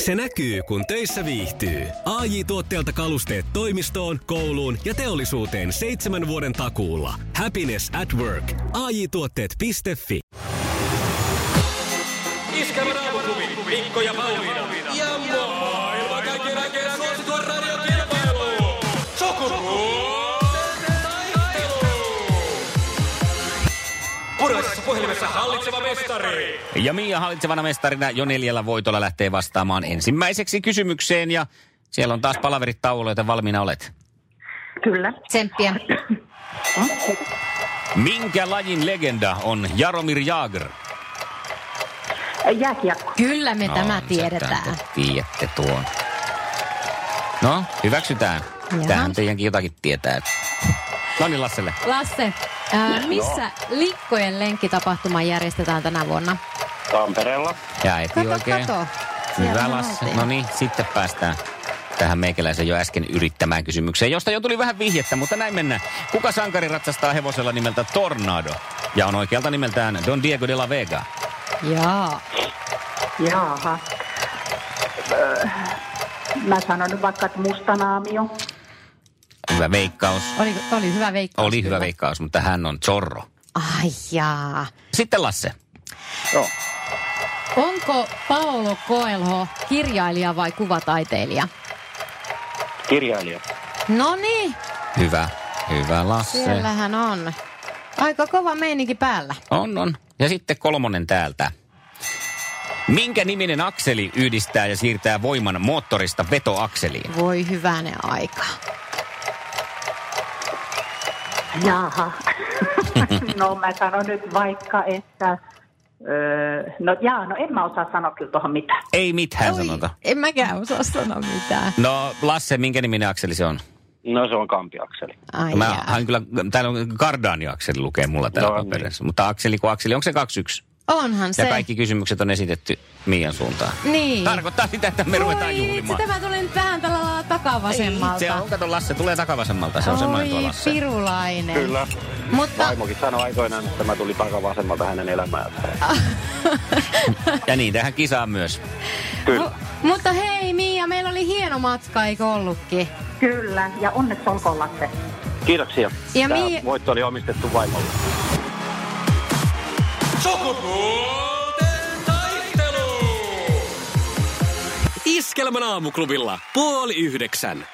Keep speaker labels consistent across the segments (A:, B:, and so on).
A: Se näkyy, kun töissä viihtyy. ai tuotteelta kalusteet toimistoon, kouluun ja teollisuuteen seitsemän vuoden takuulla. Happiness at work. ai tuotteetfi
B: Iskävä raamuklubi, Mikko ja Pauliina. Ja maailman kaikkien aikeen suosituen radiokilpailu. Sukupuolten taistelu. Puraisessa puhelimessa hallitseva mestari.
C: Ja Mia hallitsevana mestarina jo neljällä voitolla lähtee vastaamaan ensimmäiseksi kysymykseen ja siellä on taas palaverit tauolla, joten valmiina olet.
D: Kyllä.
E: Tsemppiä.
C: Minkä lajin legenda on Jaromir Jagr?
D: Jääkiekko.
E: Kyllä me tämä
C: No,
E: tiedetään.
C: sentään te Tiedätte tuon. No, hyväksytään.
E: Jaha.
C: Tähän teidänkin jotakin tietää. No niin, Lasselle.
E: Lasse, ää, missä Likkojen lenkkitapahtuma järjestetään tänä vuonna?
F: Tampereella.
C: Ja eti
E: Kato,
C: Niin oikein.
E: kato. Siellä
C: Hyvä
E: me
C: Lasse.
E: oltiin.
C: No niin, sitten päästään tähän meikäläisen jo äsken yrittämään kysymykseen, josta jo tuli vähän vihjettä, mutta näin mennään. Kuka sankari ratsastaa hevosella nimeltä Tornado? Ja on oikealta nimeltään Don Diego de la Vega. niin.
E: Jaa.
D: Jaaha. Öö, Mä sanon nyt vaikka, että mustanaamio.
C: Hyvä veikkaus.
E: Oli, oli hyvä veikkaus.
C: Oli
E: kyllä.
C: hyvä veikkaus, mutta hän on Zorro.
E: Ai jaa.
C: Sitten Lasse.
F: Joo.
E: Onko Paolo Koelho kirjailija vai kuvataiteilija?
F: Kirjailija.
E: No niin,
C: Hyvä. Hyvä Lasse.
E: siellähän on. Aika kova meininki päällä.
C: On, on. Ja sitten kolmonen täältä. Minkä niminen akseli yhdistää ja siirtää voiman moottorista vetoakseliin?
E: Voi hyvänen aika.
D: Jaaha. no mä sanon nyt vaikka, että... Öö, no jaa, no en mä osaa sanoa kyllä tuohon mitään.
C: Ei mitään
E: Oi,
C: sanota.
E: En mäkään osaa sanoa mitään.
C: No Lasse, minkä niminen akseli se on?
F: No se on kampiakseli.
E: Ai
C: Mä
E: jaa.
C: hain kyllä, täällä on Gardani-akseli lukee mulla täällä
F: No
C: no,
F: niin.
C: paperissa. Mutta akseli kuin akseli, onko se 21?
E: Onhan
C: Ja
E: se.
C: kaikki kysymykset on esitetty Mian suuntaan.
E: Niin.
C: Tarkoittaa sitä, että me ruvetaan
E: Voi
C: juhlimaan.
E: Sitä mä tulin tähän tällä lailla takavasemmalta.
C: Se on, kato Lasse, tulee takavasemmalta. Se on semmoinen tuo
E: Oi,
C: Lasse.
E: pirulainen.
F: Kyllä.
E: Mutta
F: Vaimokin sanoi aikoinaan, että mä tulin takavasemmalta hänen elämäänsä.
C: Ja niin, tähän kisaan myös.
F: Kyllä.
E: Mu- mutta hei Mia, meillä oli hieno matka, eikö ollutkin?
D: Kyllä, ja onneksi olkoon Lasse.
F: Kiitoksia.
E: Ja
F: Tämä
E: mi-
F: voitto oli omistettu vaimolle.
B: Sukupuolten taistelu.
A: Iskelmän aamuklubilla puoli yhdeksän.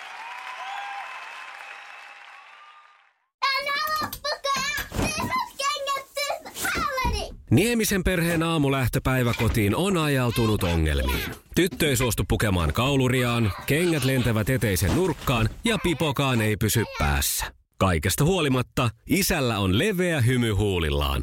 A: Niemisen perheen aamulähtöpäivä kotiin on ajautunut ongelmiin. Tyttö ei suostu pukemaan kauluriaan, kengät lentävät eteisen nurkkaan ja pipokaan ei pysy päässä. Kaikesta huolimatta, isällä on leveä hymy huulillaan.